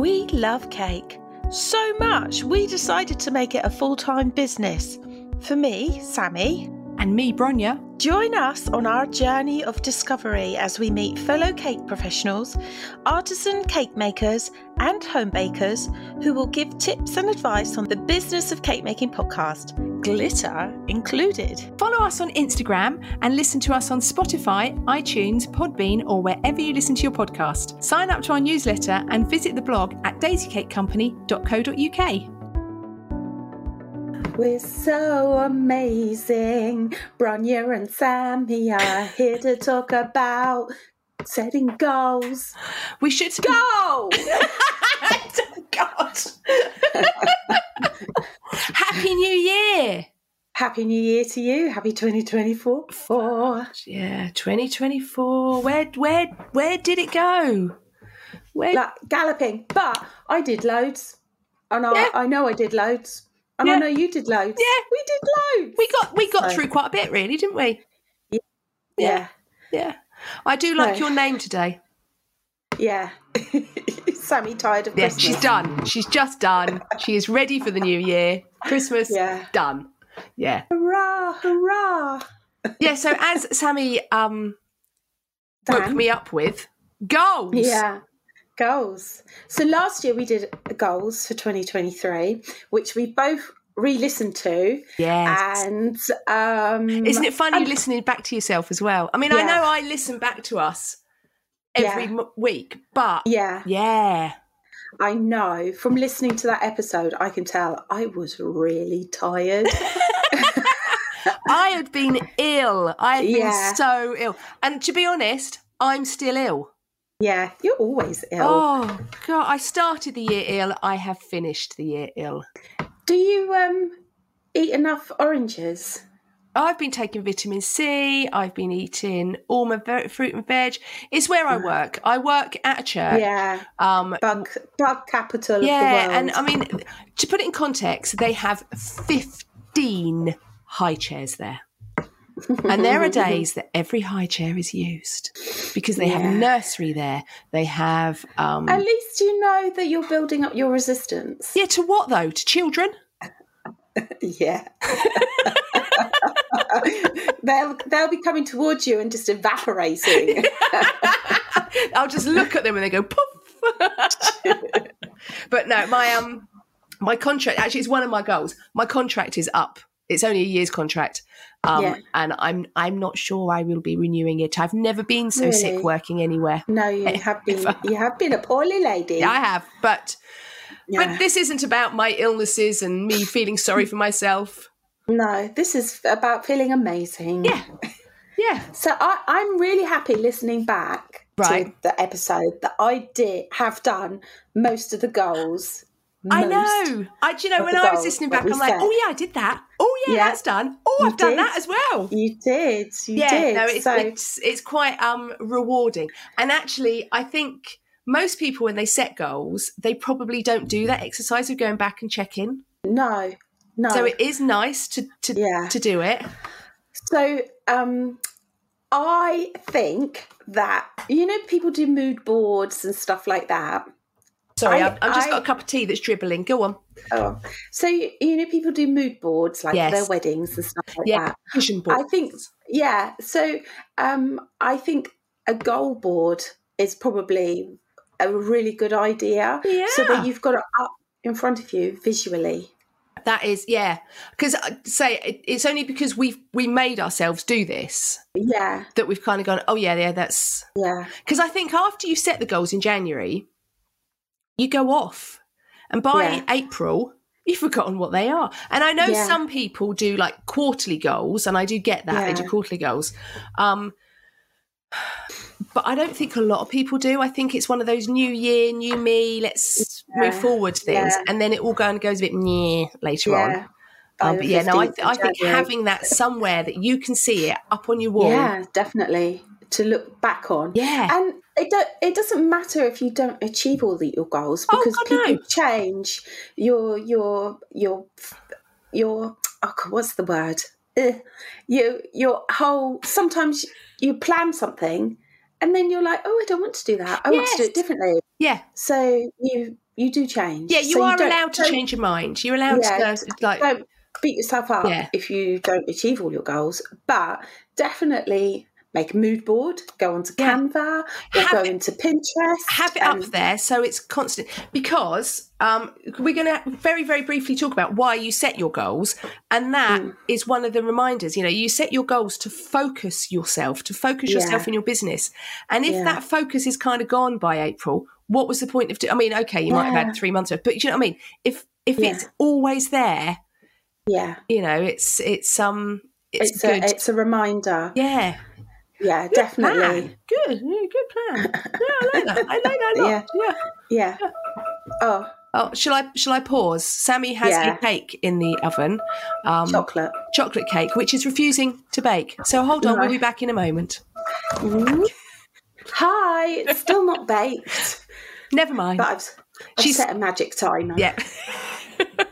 We love cake so much, we decided to make it a full time business. For me, Sammy, And me, Bronya. Join us on our journey of discovery as we meet fellow cake professionals, artisan cake makers, and home bakers who will give tips and advice on the business of cake making podcast, glitter included. Follow us on Instagram and listen to us on Spotify, iTunes, Podbean, or wherever you listen to your podcast. Sign up to our newsletter and visit the blog at daisycakecompany.co.uk. We're so amazing. Bronya and Sammy are here to talk about setting goals. We should Goal! Oh, God. Happy New Year. Happy New Year to you. Happy 2024. Four. Yeah, 2024. Where where where did it go? Where like galloping. But I did loads, and I, Yeah. I know I did loads, and I Yeah. know you did loads. Yeah. we did loads. we got we got So- through quite a bit really, didn't we? yeah, Yeah. I do like No. your name today. yeah. Sammy tired of Yeah, Christmas. she's done. She's just done. She is ready for the new year. Christmas Yeah. done. Yeah. Hurrah! Hurrah! Yeah, so as Sammy um woke Dan. me up with goals. Yeah. Goals. So last year we did goals for 2023, which we both re-listened to, Yes. and um, Isn't it funny listening back to yourself as well? I mean, I Yeah. know I listen back to us every Yeah. m- week, but Yeah, yeah. I know. From listening to that episode, I can tell I was really tired. I had been ill. I had been Yeah. so ill. And to be honest, I'm still ill. yeah, you're always ill. Oh god, I started the year ill. I have finished the year ill. Do you um eat enough oranges? I've been taking vitamin C. I've been eating all my ve- fruit and veg. It's where I work. I work at a church. Yeah, Um, bug bug capital of the Uh, yeah, world. and um, I mean, to put it in context, they have 15 high chairs there. And there are days that every high chair is used because they have Yeah. a nursery there. They have, um, At least you know that you're building up your resistance. yeah, to what though? To children? Yeah. they'll they'll be coming towards you and just evaporating. I'll just look at them and they go poof. but no, my um, my contract actually it's one of my goals. My contract is up. It's only a year's contract, um, Yeah. and I'm I'm not sure I will be renewing it. I've never been so sick Really? working anywhere. No, you have been you have been a poorly lady. I have, but Yeah. but this isn't about my illnesses and me feeling sorry for myself. no, this is about feeling amazing. Yeah, yeah, So I, I'm really happy listening back to Right. the episode that I did have done most of the goals. I Most. know. I do you know of when the I was goals listening that back, we I'm like, set. oh yeah, I did that. Oh yeah, Yeah. that's done. Oh, You I've done did. that as well. You did. You did. no, it's, so it's it's quite um rewarding. And actually, I think most people when they set goals, they probably don't do that exercise of going back and checking. no, no. So it is nice to to Yeah. to do it. So um, I think that you know people do mood boards and stuff like that. Sorry, I- I, I've just I- got a cup of tea that's dribbling. Go on. Oh, so you know people do mood boards like Yes. their weddings and stuff like Yeah, that. vision board. I think yeah. So um, I think a goal board is probably a really good idea. Yeah. So that you've got it up in front of you visually. that is yeah. Because say it, it's only because we've we made ourselves do this Yeah, that we've kind of gone. Oh yeah, yeah, that's yeah, because I think after you set the goals in January, you go off, and by Yeah. April, you've forgotten what they are. And I know Yeah. some people do like quarterly goals, and I do get that they do Yeah. quarterly goals. Um, but I don't think a lot of people do. I think it's one of those new year, new me, let's move Yeah. forward things, Yeah. and then it all go and goes a bit meh later on. yeah. By Um, the but yeah, no, I, 15th th- of I think January. having that somewhere that you can see it up on your wall. yeah, definitely to look back on. Yeah. And it do- it doesn't matter if you don't achieve all the, your goals Oh, because God, no. people change your your your your oh, God, what's the word? Ugh. Your your whole sometimes you plan something and then you're like, "Oh, I don't want to do that. I want to do Yes. it differently." yeah. So you You do change. Yeah, you So are don't- allowed to don't- change your mind. You're allowed Yeah. to go, like Don't beat yourself up Yeah. if you don't achieve all your goals, but definitely make a mood board, go onto Yeah. Canva, or Have go it- into Pinterest. have it and- up there so it's constant because um, we're going to very very briefly talk about why you set your goals and that is Hmm. one of the reminders you know you set your goals to focus yourself to focus yourself Yeah. in your business and if Yeah. that focus is kind of gone by april what was the point of do- i mean okay you might have Yeah. had three months of but do you know what i mean if if Yeah. it's always there Yeah, you know it's it's um it's, it's, a good it's a reminder. Yeah, yeah definitely. Plan. good yeah, good plan yeah i like that i like that a lot Yeah. yeah. Yeah. Oh, Oh, shall I shall I pause? Sammy has Yeah. a cake in the oven, um, chocolate. chocolate cake, which is refusing to bake. So hold on, No. we'll be back in a moment. Mm-hmm. Mm. Hi, it's still not baked, Never mind. but I've, I've She's- set a magic timer. yeah.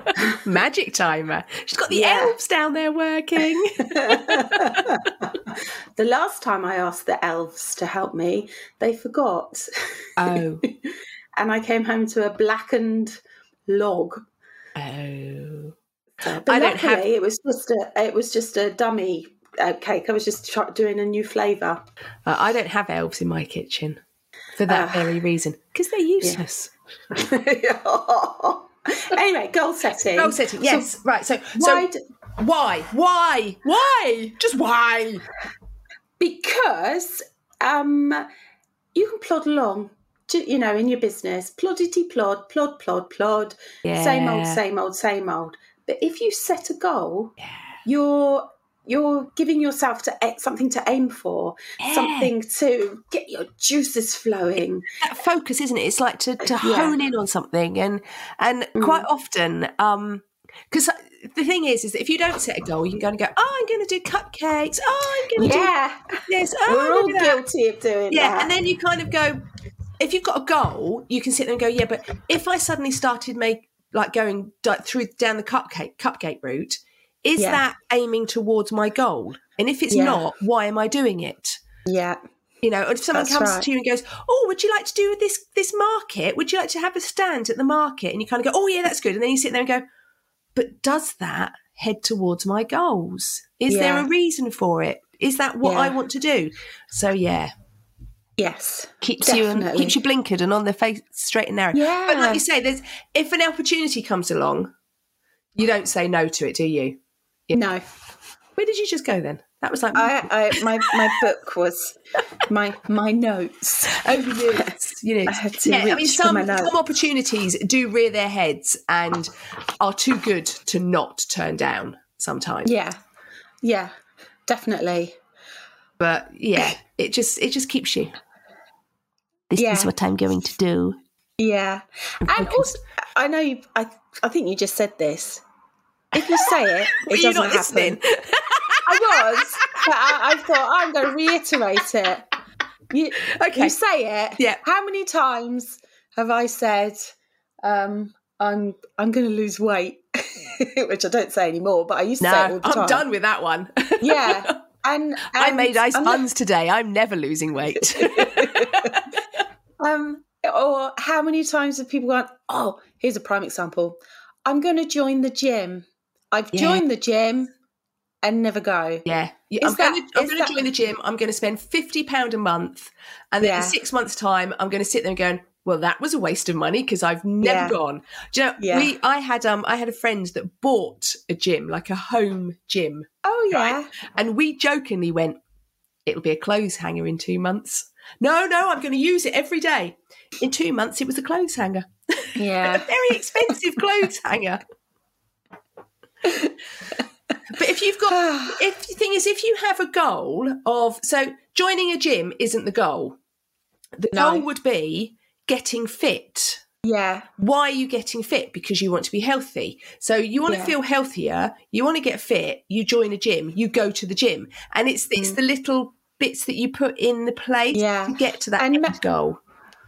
Magic timer. She's got the Yeah. elves down there working. The last time I asked the elves to help me, they forgot, oh, and I came home to a blackened log. oh. Uh, but I don't luckily, have- it was just a it was just a dummy uh, cake. I was just try- doing a new flavour. Uh, I don't have elves in my kitchen for that Ah. very reason because they're useless. anyway, goal setting. Goal setting. Yes. right. So Why? so d- why why why just why? because um, you can plod along, to, you know, in your business, plodity plod, plod plod plod, same old, Yeah. same old, same old. But if you set a goal, you're you're giving yourself to a- something to aim for, Yeah. something to get your juices flowing. that focus, isn't it? It's like to, to Yeah. hone in on something, and and quite often, because the thing is, is that if you don't set a goal, you can go and go, oh, I'm going to do cupcakes, oh, I'm going to Yeah, do this, oh, I'm we're all gonna do that." guilty of doing yeah, that. and then you kind of go, if you've got a goal, you can sit there and go, yeah, but if I suddenly started make like going di- through down the cupcake cupcake route, is Yeah. that aiming towards my goal? And if it's Yeah. not, why am I doing it? yeah, You know, if someone That's comes right. to you and goes, "Oh, would you like to do this this market? Would you like to have a stand at the market?" and you kind of go, "Oh, yeah, that's good," and then you sit there and go, "But does that head towards my goals? Is there Yeah. a reason for it? Is that what I Yeah. want to do?" So yeah, yes, keeps you and Definitely. keeps you blinkered and on the face straight and narrow. But Yeah. like you say, there's if an opportunity comes along, you don't say no to it, do you? no. Where did you just go then? That was like I, I my my book was my my notes. over you know, I had to yeah, I reach mean, for some my notes. some opportunities do rear their heads and are too good to not turn down sometimes. Yeah, yeah, definitely. But yeah, it just it just keeps you. This Yeah. is what I'm going to do. Yeah, and also I know you. I I think you just said this. If you say it, Were it you doesn't not happen. listening? I was, but I, I thought I'm going to reiterate it. You Okay. you say it. Yeah. How many times have I said um, I'm I'm going to lose weight, which I don't say anymore, but I used to No, say it all the I'm time. done with that one. Yeah. And, I and- made ice and- buns today. I'm never losing weight. Um, or how many times have people gone, oh, here's a prime example. I'm going to join the gym. I've Yeah. joined the gym and never go. Yeah. Yeah, Is I'm that- going to I'm is going that- to join the gym. I'm going to spend fifty pound a month, and then Yeah. in six months' time, I'm going to sit there and going, "Well, that was a waste of money because I've never Yeah. gone." Do you know? Yeah. We I had um I had a friend that bought a gym, like a home gym, Oh, yeah. and we jokingly went, "It'll be a clothes hanger in two months." No, no, I'm going to use it every day. In two months, it was a clothes hanger, a Yeah. very expensive clothes hanger. But if you've got if the thing is if you have a goal of so joining a gym isn't the goal the No. goal would be getting fit yeah. why are you getting fit because you want to be healthy so you want Yeah. to feel healthier you want to get fit you join a gym you go to the gym and it's it's the little bits that you put in the place Mm. Yeah. to get to that And end goal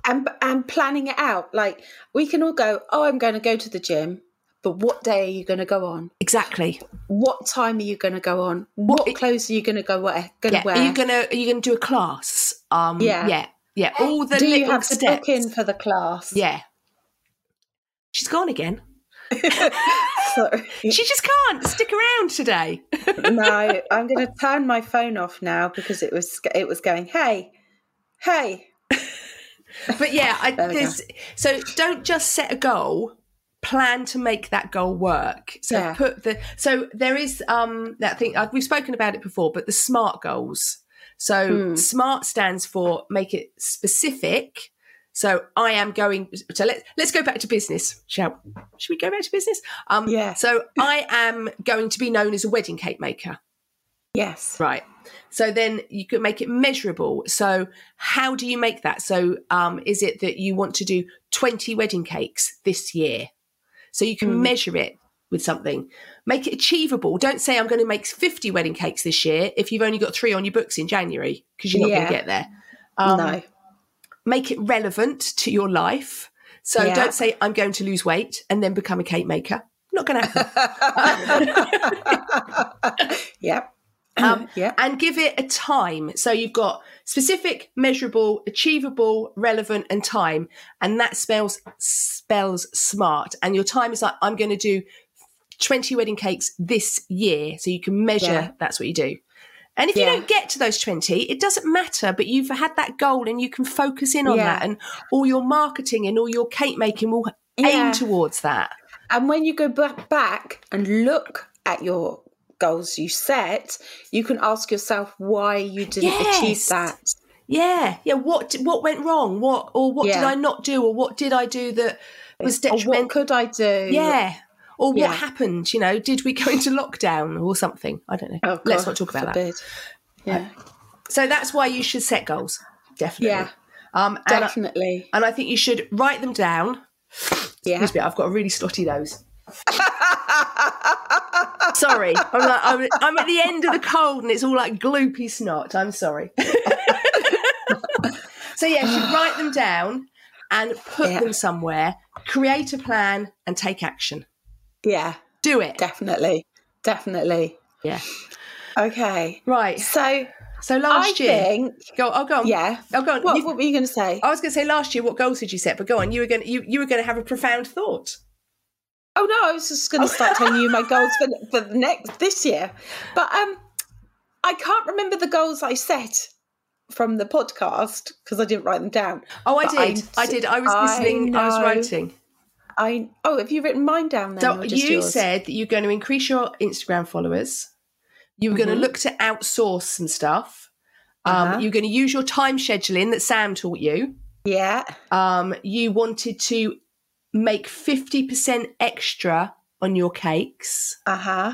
And, and planning it out. Like, we can all go, oh, I'm going to go to the gym. But what day are you going to go on? exactly What time are you going to go on? What clothes are you going to go wear? Going yeah to wear? are you gonna are you gonna do a class um Yeah. yeah yeah all the Do little you have to steps book in for the class? yeah she's gone again. Sorry. She just can't stick around today. no, I'm going to turn my phone off now because it was it was going, hey, hey. But yeah, I, There we go. there's, so don't just set a goal. Plan to make that goal work. So Yeah. put the so there is um that thing uh, we've spoken about it before, but the SMART goals. So Hmm. SMART stands for make it specific. So I am going. So let let's go back to business. Shall should we go back to business? Um, Yeah. So I am going to be known as a wedding cake maker. Yes. Right. So then you could make it measurable. So how do you make that? So um, is it that you want to do 20 wedding cakes this year? So you can Mm. measure it with something. Make it achievable. Don't say I'm going to make 50 wedding cakes this year if you've only got three on your books in January because you're not going Yeah. to get there. Um, no. Make it relevant to your life. So Yeah. don't say I'm going to lose weight and then become a cake maker. Not going to happen. yep. Um, yep. and give it a time. So you've got specific, measurable, achievable, relevant, and time, and that spells spells smart. And your time is like I'm going to do twenty wedding cakes this year, so you can measure. Yeah. That's what you do. And if Yeah. you don't get to those 20, it doesn't matter, but you've had that goal and you can focus in on Yeah. that. And all your marketing and all your cake making will Yeah. aim towards that. And when you go ba- back and look at your goals you set, you can ask yourself why you didn't achieve Yes. that. Yeah, yeah. What what went wrong? What or what did Yeah. I not do? Or what did I do that Or was what detrimental? could I do? yeah. Or what Yeah. happened? You know, did we go into lockdown or something? I don't know. Oh, Let's God not talk about that. forbid. Yeah. So that's why you should set goals, definitely. Yeah. Um, and, I, Definitely. and I think you should write them down. Yeah. Excuse me, I've got a really snotty nose. sorry, I'm, like, I'm, I'm at the end of the cold and it's all like gloopy snot. I'm sorry. so yeah, you should write them down and put Yeah. them somewhere. Create a plan and take action. Yeah. Do it. Definitely. Definitely. Yeah. Okay. Right. So So last I year, think, go. I'll go on. yeah. I'll go on. What, You- what were you going to say? I was going to say last year, what goals did you set? But go on. You were going. To, you you were going to have a profound thought. Oh no, I was just going to start telling you my goals for, for the next this year, but um, I can't remember the goals I set from the podcast because I didn't write them down. Oh, I But I did. I, d- did. I was I listening. I was know. writing. I oh, have you written mine down? Then, So or just you yours? said that you're going to increase your Instagram followers. You were going Mhm. to look to outsource some stuff. Um, Uh-huh. You're going to use your time scheduling that Sam taught you. yeah, Um, you wanted to make 50% extra on your cakes. uh huh,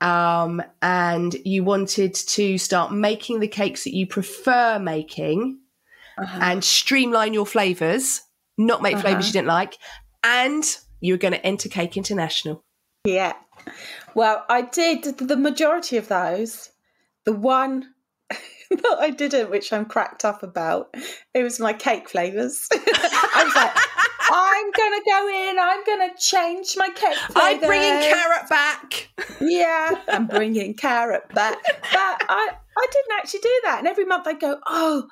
Um, and you wanted to start making the cakes that you prefer making uh-huh. and streamline your flavors, not make flavors Uh-huh. you didn't like. And you were going to enter Cake International. yeah. Well, I did the majority of those. The one that I didn't, which I'm cracked up about, it was my cake flavors. I was like. I'm gonna go in. I'm gonna change my cake. I'm bringing flavours." carrot back. yeah, I'm bringing carrot back. But I, I didn't actually do that. And every month I go, oh,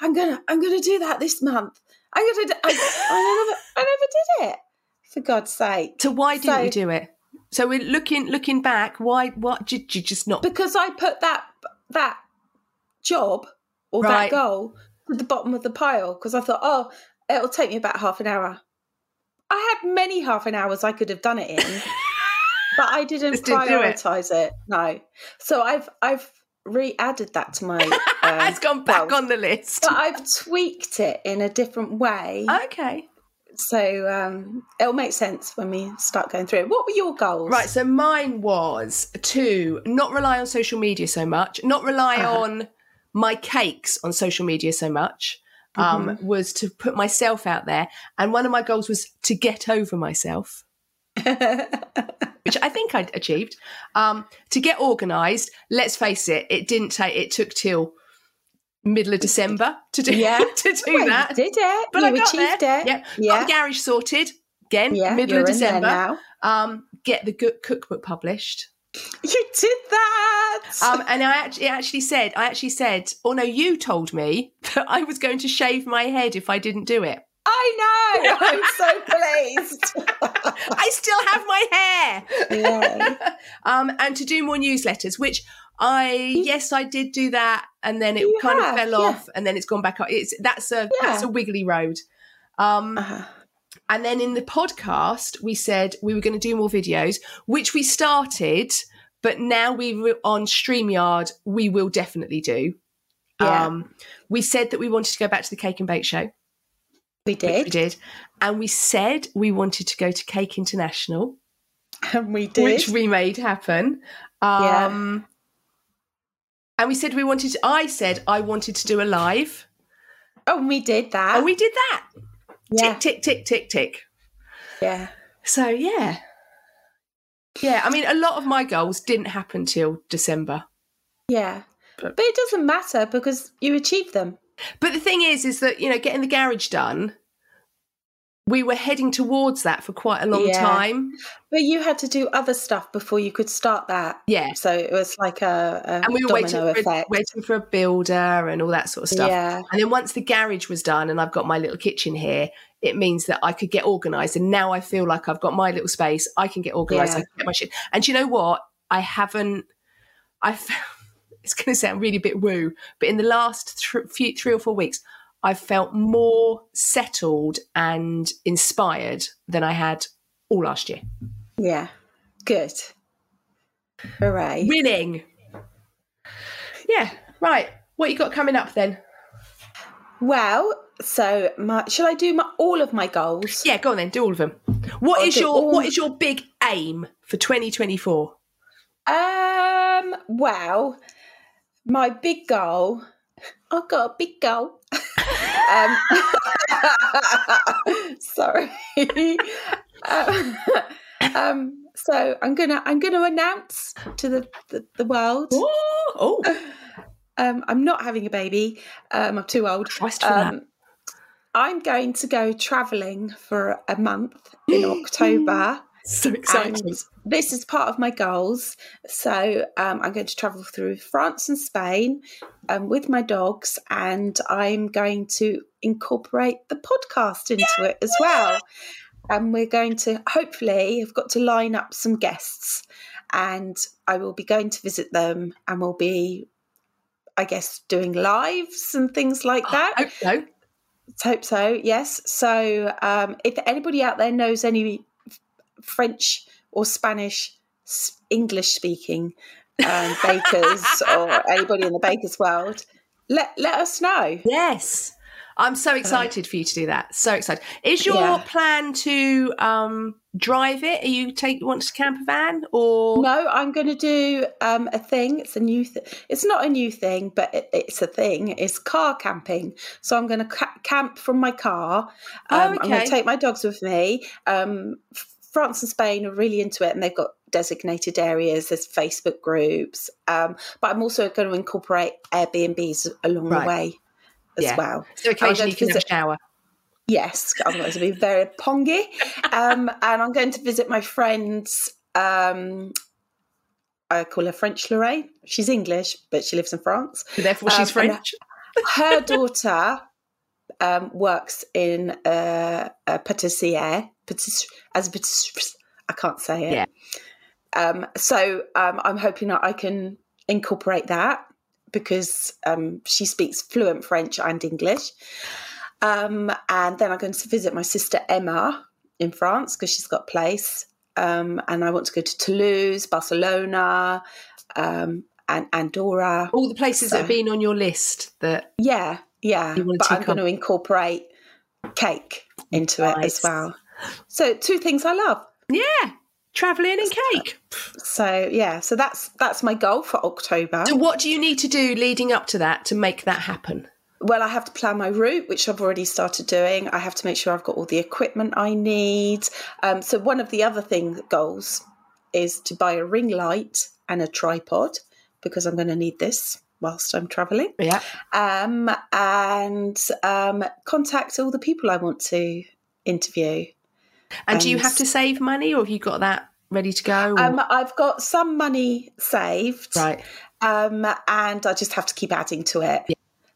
I'm gonna, I'm gonna do that this month. I'm gonna, do, I, I never, I never did it. For God's sake, So why didn't So- you do it? So we're looking looking back. Why? What did you just not? because I put that that job or that Right. goal to the bottom of the pile because I thought, oh, it'll take me about half an hour. I had many half an hours I could have done it in, but I didn't Just didn't do it. prioritize it. No, so I've I've re-added that to my. Um, It's gone back well, on the list. but I've tweaked it in a different way, okay. so um, it'll make sense when we start going through it. What were your goals? Right. So mine was to not rely on social media so much, not rely Uh-huh. on my cakes on social media so much. Um, Mm-hmm. Was to put myself out there, and one of my goals was to get over myself, which I think I achieved. Um, to get organised. Let's face it, it didn't take. It took till middle of December to do Yeah. to do Well, that. you did it. But you I got achieved there. it. Yeah. Yeah. Got the garage sorted again, Yeah, middle you're of in there December. now. Um, get the good cookbook published. You did that. Um, and I actually, it actually said, I actually said, oh no, you told me that I was going to shave my head if I didn't do it. oh I know. I'm so pleased. I still have my hair. yeah. Um, and to do more newsletters, which I yes, I did do that, and then it Mm. You kind have, of fell yeah. off, and then it's gone back up. It's that's a that's Yeah. a wiggly road. Um, Uh-huh. and then in the podcast, we said we were going to do more videos, which we started, but now we were on Streamyard. We will definitely do. Yeah. Um, we said that we wanted to go back to the cake and bake show. we which did. we did, and we said we wanted to go to Cake International, And we did. which we made happen. Yeah. Um, And we said we wanted. I said I wanted to do a live, oh, and we did that. and we did that. yeah. Tick, tick, tick, tick, tick. yeah. So yeah, yeah. I mean, a lot of my goals didn't happen till December. Yeah. But- But it doesn't matter because you achieved them. But the thing is, is that you know, getting the garage done, we were heading towards that for quite a long Yeah. time. But you had to do other stuff before you could start that. Yeah. So it was like a, a And we were waiting domino for, a, effect. waiting for a builder and all that sort of stuff. Yeah. And then once the garage was done and I've got my little kitchen here, it means that I could get organized. And now I feel like I've got my little space. I can get organized. Yeah. I can get my shit. And do you know what? I haven't, I felt, it's going to sound really a bit woo, but in the last thr few, three or four weeks, I felt more settled and inspired than I had all last year. Yeah. Good. Hooray. Winning. Yeah. Right. What you got coming up then? well, so my, shall I do my, all of my goals? Yeah, go on then. Do all of them. What I'll is do your all- What is your big aim for 2024? Um, wow. My big goal. I've got a big goal. um, sorry. um, um, so I'm gonna I'm gonna announce to the, the, the world. Oh, oh, Um, I'm not having a baby. Um, I'm too old. Christ for that. Um, I'm going to go travelling for a month in October. So exciting. And this is part of my goals. So um, I'm going to travel through France and Spain um, with my dogs, and I'm going to incorporate the podcast into it as well. And we're going to hopefully have got to line up some guests, and I will be going to visit them, and we'll be, I guess, doing lives and things like that. I hope so. Let's hope so. Yes. So, um, if anybody out there knows any f- French or Spanish, s- English speaking um, bakers or anybody in the baker's world, let let us know. Yes, I'm so excited for you to do that. So excited. Is your Yeah. plan to um, drive it? Are you take want to camper van or No, I'm going to do um, a thing. It's a new. Th- it's not a new thing, but it, it's a thing. It's car camping. So I'm going to ca- camp from my car. Oh, Um, I'm going okay. to take my dogs with me. Um, F- France and Spain are really into it, and they've got designated areas. There's Facebook groups, um, but I'm also going to incorporate Airbnbs along Right. the way as Yeah. well. so occasionally you can have a visit- shower? Yes, otherwise it'd be very pongy. Um, and I'm going to visit my friends. Um, I call her French Lorraine. She's English, but she lives in France. Therefore, Um, she's and- French. Her daughter um, works in uh, a patissier, patis- as a patis- I can't say it. Yeah. Um, so um, I'm hoping that I can incorporate that because um, she speaks fluent French and English. Um, and then I'm going to visit my sister Emma in France because she's got a place. Um, and I want to go to Toulouse, Barcelona, um, and Andorra. All the places that have so- been on your list that Yeah, yeah. You wanna But I'm tick off- going to incorporate cake into it Nice. as well. So two things I love. yeah, traveling and cake. So yeah, so that's that's my goal for October. So, what do you need to do leading up to that to make that happen? Well, I have to plan my route, which I've already started doing. I have to make sure I've got all the equipment I need. Um, so, one of the other thing goals is to buy a ring light and a tripod because I'm going to need this whilst I'm traveling. Yeah. Um, and um, contact all the people I want to interview. And do you And- have to save money or have you got that ready to go? or- Um, I've got some money saved, right. um, and I just have to keep adding to it.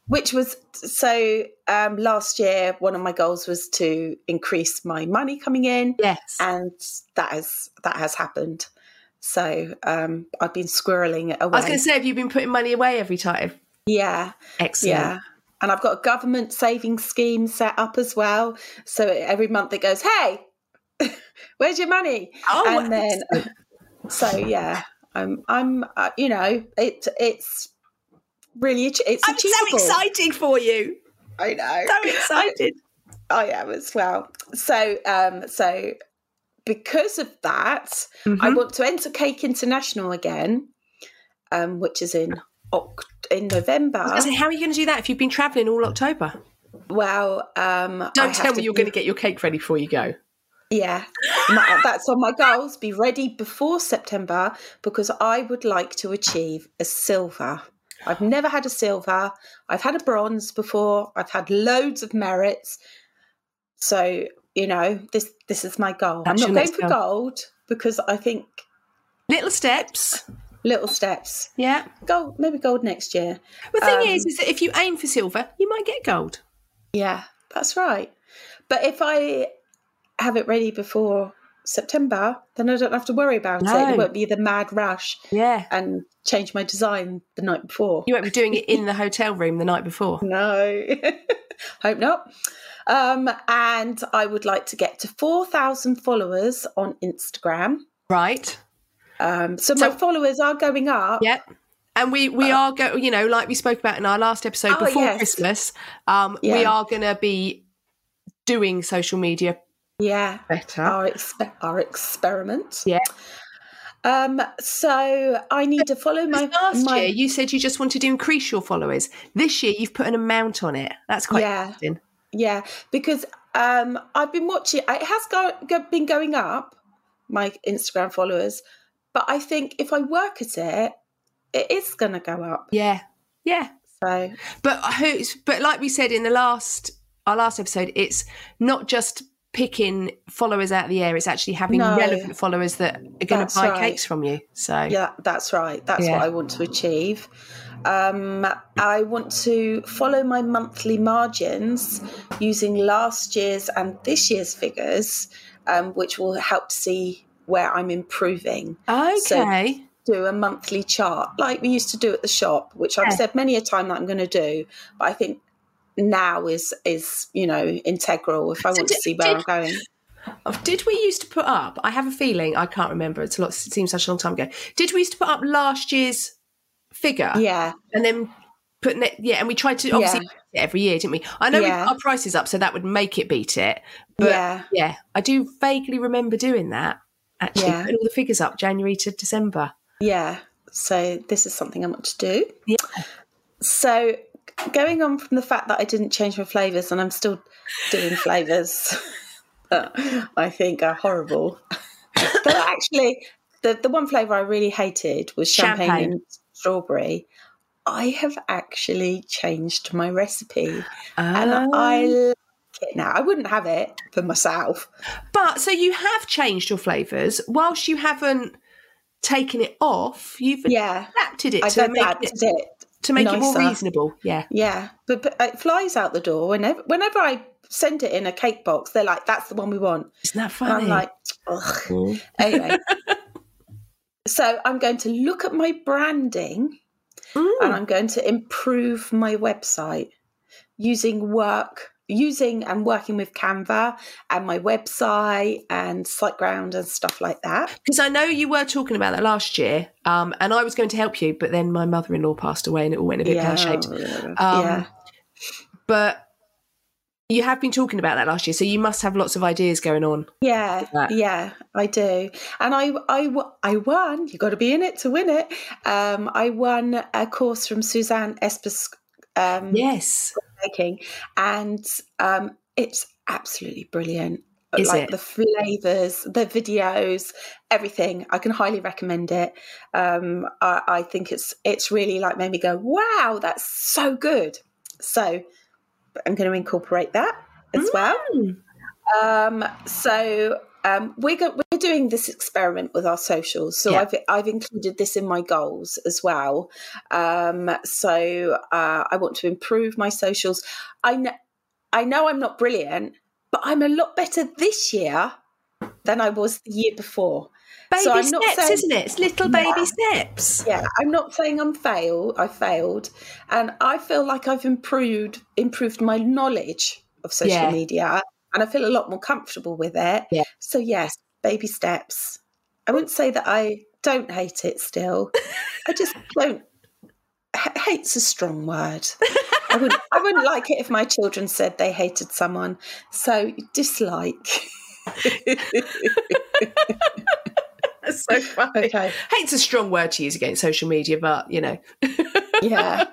which was so um, last year one of my goals was to increase my money coming in Yes. and that has that has happened so um, i've been squirreling it away I was going to say, have you been putting money away every time? yeah Excellent. yeah and i've got a government savings scheme set up as well so every month it goes hey where's your money Oh, and then so yeah i'm i'm uh, you know it it's really ach- it's I'm so achievable excited for you. i know So excited. I am as well. So, um, so because of that, I Mhm. want to enter Cake International again, um, which is in Oct- in November. I said, how are you going to do that if you've been travelling all October? Well, um, I Don't have tell me to you're be- going to get your cake ready before you go. Yeah, My- uh, that's on my goals. Be ready before September because I would like to achieve a silver. I've never had a silver. I've had a bronze before. I've had loads of merits. So you know this this is my goal. That's I'm not your going next for goal. gold because I think Little steps. little steps. Yeah. Gold, maybe gold next year. The thing Um, is, is that if you aim for silver, you might get gold. Yeah, that's right. But if I have it ready before September, then I don't have to worry about it. No. It won't be the mad rush Yeah. and change my design the night before. You won't be doing it in the hotel room the night before. Mm. No, hope not. Um, and I would like to get to 4,000 followers on Instagram. Right. Um, so, So- my followers are going up. Yep. And we we are go you know like we spoke about in our last episode Oh, before yes. Christmas, um, we Yeah. are going to be doing social media Yeah. better. Our, expe- our experiment. Yeah. Um, so I need to follow my Last my, year you said you just wanted to increase your followers. This year you've put an amount on it. That's quite Yeah. interesting. Yeah, because um, I've been watching. It has go, go, been going up, my Instagram followers, but I think if I work at it, it is going to go up. Yeah. Yeah. So But who's but like we said in the last our last episode, it's not just picking followers out of the air, it's actually having No. relevant followers that are gonna That's buy right. cakes from you. So yeah, that's right. That's Yeah. what I want to achieve. Um, I want to follow my monthly margins using last year's and this year's figures, um, which will help see where I'm improving. Okay. So- do a monthly chart like we used to do at the shop, which I've Yeah. said many a time that I'm going to do, but I think now is is you know integral if I want to did- see where did- I'm going. Of- Did we used to put up? I have a feeling I can't remember. It's a lot. It seems such a long time ago. Did we used to put up last year's figure Yeah, and then put ne- yeah? And we tried to obviously Yeah. beat it every year, didn't we? I know we Yeah. put our prices up, so that would make it beat it. But yeah, yeah, I do vaguely remember doing that. Actually, Yeah. putting all the figures up January to December. yeah. So this is something I want to do. Yeah. So going on from the fact that I didn't change my flavors and I'm still doing flavors that I think are horrible. but actually, the the one flavor I really hated was champagne, Champagne. and strawberry. I have actually changed my recipe and Ah. I like it now. I wouldn't have it for myself. But so you have changed your flavours whilst you haven't taken it off. You've Yeah, adapted it I've to make adapted it, it. to make it more nicer. reasonable. Yeah. Yeah, but, but it flies out the door whenever whenever I send it in a cake box. They're like, "That's the one we want." Isn't that And funny? I'm like, Ugh. anyway. so I'm going to look at my branding Mm. and I'm going to improve my website using work, using and working with Canva and my website and SiteGround and stuff like that. Because I know you were talking about that last year, um, and I was going to help you, but then my mother in law passed away and it all went a bit pear shaped. Um, yeah. But you have been talking about that last year, so you must have lots of ideas going on. Yeah, that. yeah, I do, and I, I, w- I won. You got to be in it to win it. Um, I won a course from Suzanne Espers, um, Yes. making, and um, it's absolutely brilliant. Is like it? the flavors, the videos, everything. I can highly recommend it. Um, I, I think it's it's really like made me go, wow, that's so good. So Mm. I'm going to incorporate that as well. Um, so Um, we're go- we're doing this experiment with our socials, so Yeah. I've I've included this in my goals as well. Um, so uh, I want to improve my socials. I know I know I'm not brilliant, but I'm a lot better this year than I was the year before. Baby So I'm not steps, saying- isn't it? It's little baby steps. Yeah, I'm not saying I'm fail. I failed, and I feel like I've improved improved my knowledge of social Yeah. media, and I feel a lot more comfortable with it. Yeah. So yes, baby steps. I wouldn't say that I don't hate it still. I just don't. H- hate's a strong word. I wouldn't. I wouldn't like it if my children said they hated someone. So dislike. That's so funny. Okay. Hate's a strong word to use against social media, but you know, yeah.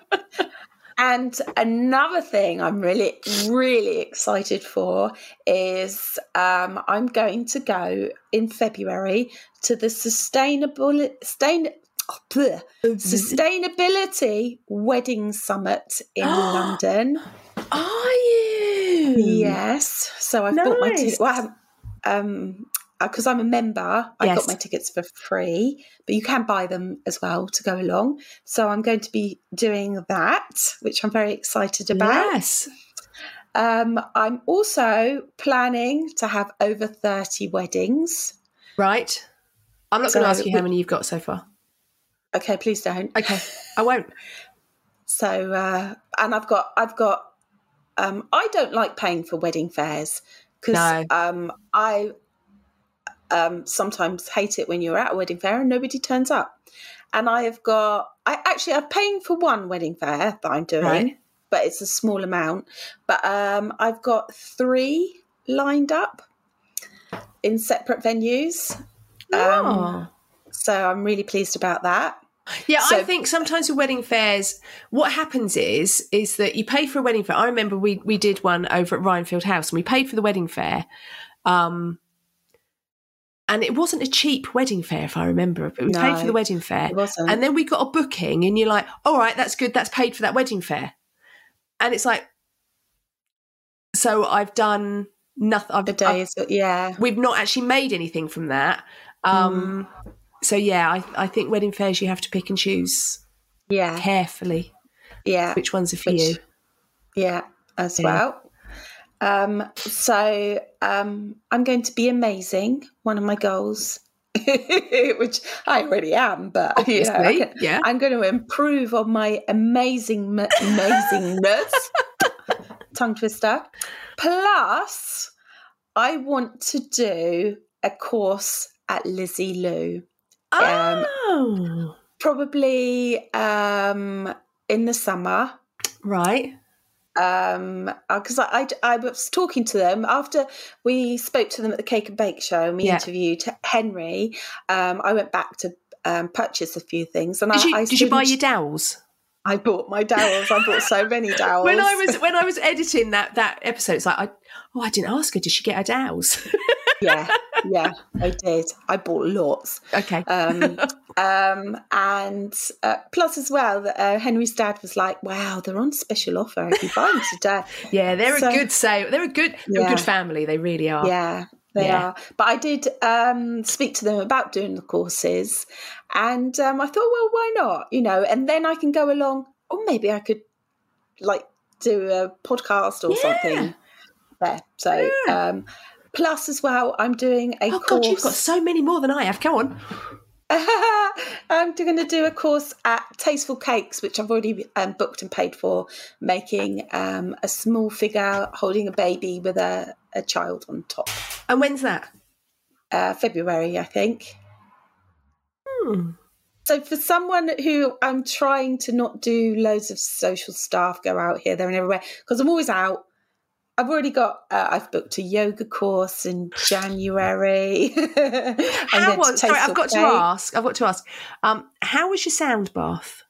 And another thing I'm really, really excited for is um, I'm going to go in February to the sustainable sustain, oh, bleh, sustainability wedding summit in London. are you? Yes. So I've got my Nice. tickets. Well, I haven't- um, because I'm a member, I Yes. got my tickets for free, but you can buy them as well to go along. So I'm going to be doing that, which I'm very excited about. Yes. Um, I'm also planning to have over 30 weddings. Right. I'm not So- going to ask you how many you've got so far. Okay, please don't. Okay. I won't. So, uh, and I've got, I've got, um, I don't like paying for wedding fairs because No. um, I um, sometimes hate it when you're at a wedding fair and nobody turns up. And I have got, I actually, I'm paying for one wedding fair that I'm doing, Right. but it's a small amount. But um, I've got three lined up in separate venues. Um, Oh. so I'm really pleased about that. Yeah, I So- think sometimes with wedding fairs, what happens is is that you pay for a wedding fair. I remember we we did one over at Rhinefield House, and we paid for the wedding fair. Um, and it wasn't a cheap wedding fair, if I remember. But we paid for No, the wedding fair, It wasn't. and then we got a booking, and you're like, "All right, that's good. That's paid for that wedding fair." And it's like, so I've done nothing. I've, the I've days, yeah. we've not actually made anything from that. Um, So yeah, I, I think wedding fairs you have to pick and choose Yeah. carefully Yeah. which ones are for Which- you. Yeah, as Yeah. well. Um, so um, I'm going to be amazing. One of my goals, which I already am, but you know, I Obviously, can- yeah. I'm going to improve on my amazing m- amazingness. Tongue twister. Plus, I want to do a course at Lizzie Lou, um, oh, probably um, in the summer right. um because I, I I was talking to them after we spoke to them at the cake and bake show and we Yeah. interviewed henry um i went back to um, purchase a few things and Did I, you, I did you buy your didn't- dowels? i bought my dowels i bought so many dowels When I was when I was editing that that episode, it's like I oh I didn't ask her. Did she get her dowels? yeah yeah i did i bought lots okay. um, um, and uh, plus as well that uh, henry's dad was like wow they're on special offer if you buy them today Yeah, they're so- a good sale. They're a good they're a Yeah. good family. They really are. Yeah, they Yeah. are. But I did um, speak to them about doing the courses, and um, I thought, well, why not? You know, and then I can go along, or maybe I could like do a podcast or Yeah. something. There. So, um, plus as well, I'm doing a Oh course. god, you've got so many more than I have. Come on. I'm going to do a course at Tasteful Cakes, which I've already um, booked and paid for, making um, a small figure holding a baby with a, a child on top. And when's that? uh, February, I think. Hmm. So for someone who I'm trying to not do loads of social stuff, go out here, there, and everywhere, because I'm always out. I've already got. Uh, I've booked a yoga course in January. I'm How going was, sorry, Taste I've of got to Cake. ask. I've got to ask. Um, how was your sound bath?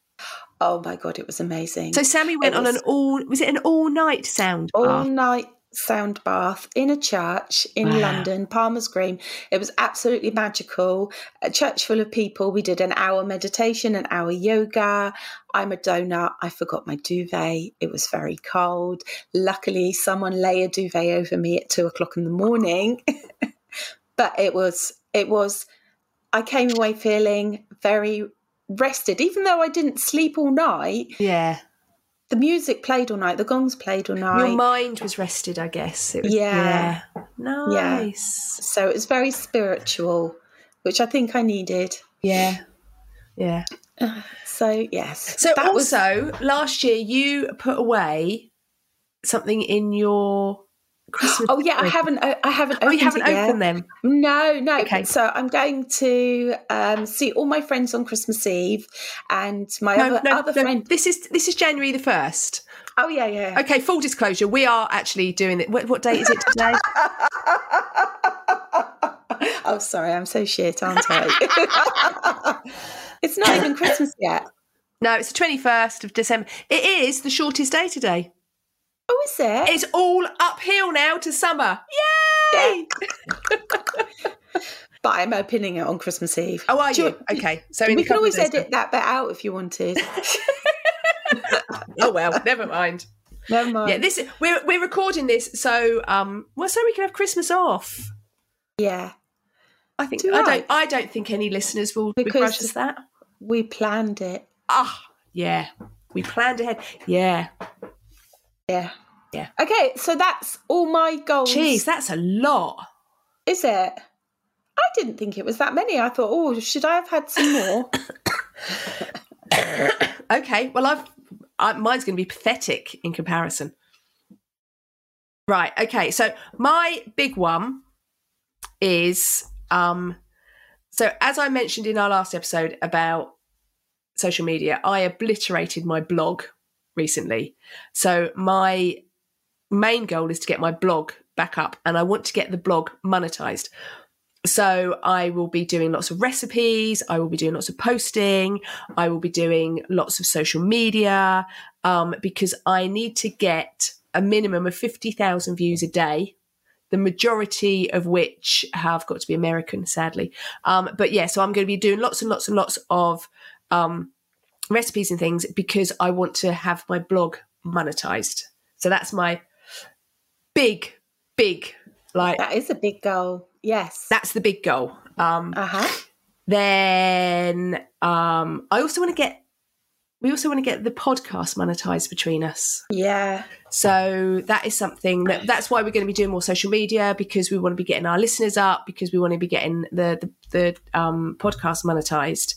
Oh my god, it was amazing. So Sammy went It on was- an all was it an all night sound all bath? night sound bath in a church in Ah. Wow. London, Palmer's Green. It was absolutely magical. A church full of people. We did an hour meditation, an hour yoga. I'm a donut. I forgot my duvet. It was very cold. Luckily, someone lay a duvet over me at two o'clock in the morning. but it was it was I came away feeling very rested, even though I didn't sleep all night. Yeah. The music played all night, the gongs played all night. Your mind was rested, I guess. It was, Yeah. Yeah. Nice. so it was very spiritual, which I think I needed. Yeah. Yeah. So yes. So that was also, last year you put away something in your Christmas. Oh yeah, I haven't I I haven't Oh, opened you haven't it yet. opened them. No, no. Okay. So I'm going to um, see all my friends on Christmas Eve, and my No, other, no, other no. friend. This is this is January the first. Oh yeah, yeah. Okay, full disclosure, we are actually doing it. What, what date is it today? oh, sorry, I'm so shit, aren't I? it's not even Christmas yet. no, it's the twenty first of December. It is the shortest day today. Oh, is it? It's all uphill now to summer. Yay! but I'm opening it on Christmas Eve. Oh, are Do you? Okay, so in a We can couple of always days edit that bit out if you wanted. then. Oh well, never mind. Never mind. Yeah, this we're we're recording this so um well so we can have Christmas off. yeah, I think Do I I? don't. I don't think any listeners will Because- begrudge us that. we planned it. Ah, yeah, we planned ahead. Yeah, Yeah. Yeah. Okay, so that's all my goals. jeez, that's a lot. Is it? I didn't think it was that many. I thought, oh, should I have had some more? Okay, well, I've I, mine's going to be pathetic in comparison. Right. Okay. So my big one is um. So as I mentioned in our last episode about social media, I obliterated my blog recently. So my main goal is to get my blog back up and I want to get the blog monetized. So I will be doing lots of recipes, I will be doing lots of posting, I will be doing lots of social media um, because I need to get a minimum of 50,000 views a day. The majority of which have got to be American, sadly. Um, but yeah, so I'm going to be doing lots and lots and lots of um, recipes and things because I want to have my blog monetized. So that's my big, big, like, that is a big goal. Yes. that's the big goal. Um, Uh huh. then um, I also want to get we also want to get the podcast monetized between us. Yeah. So that is something that that's why we're going to be doing more social media because we want to be getting our listeners up because we want to be getting the the, the um, podcast monetized.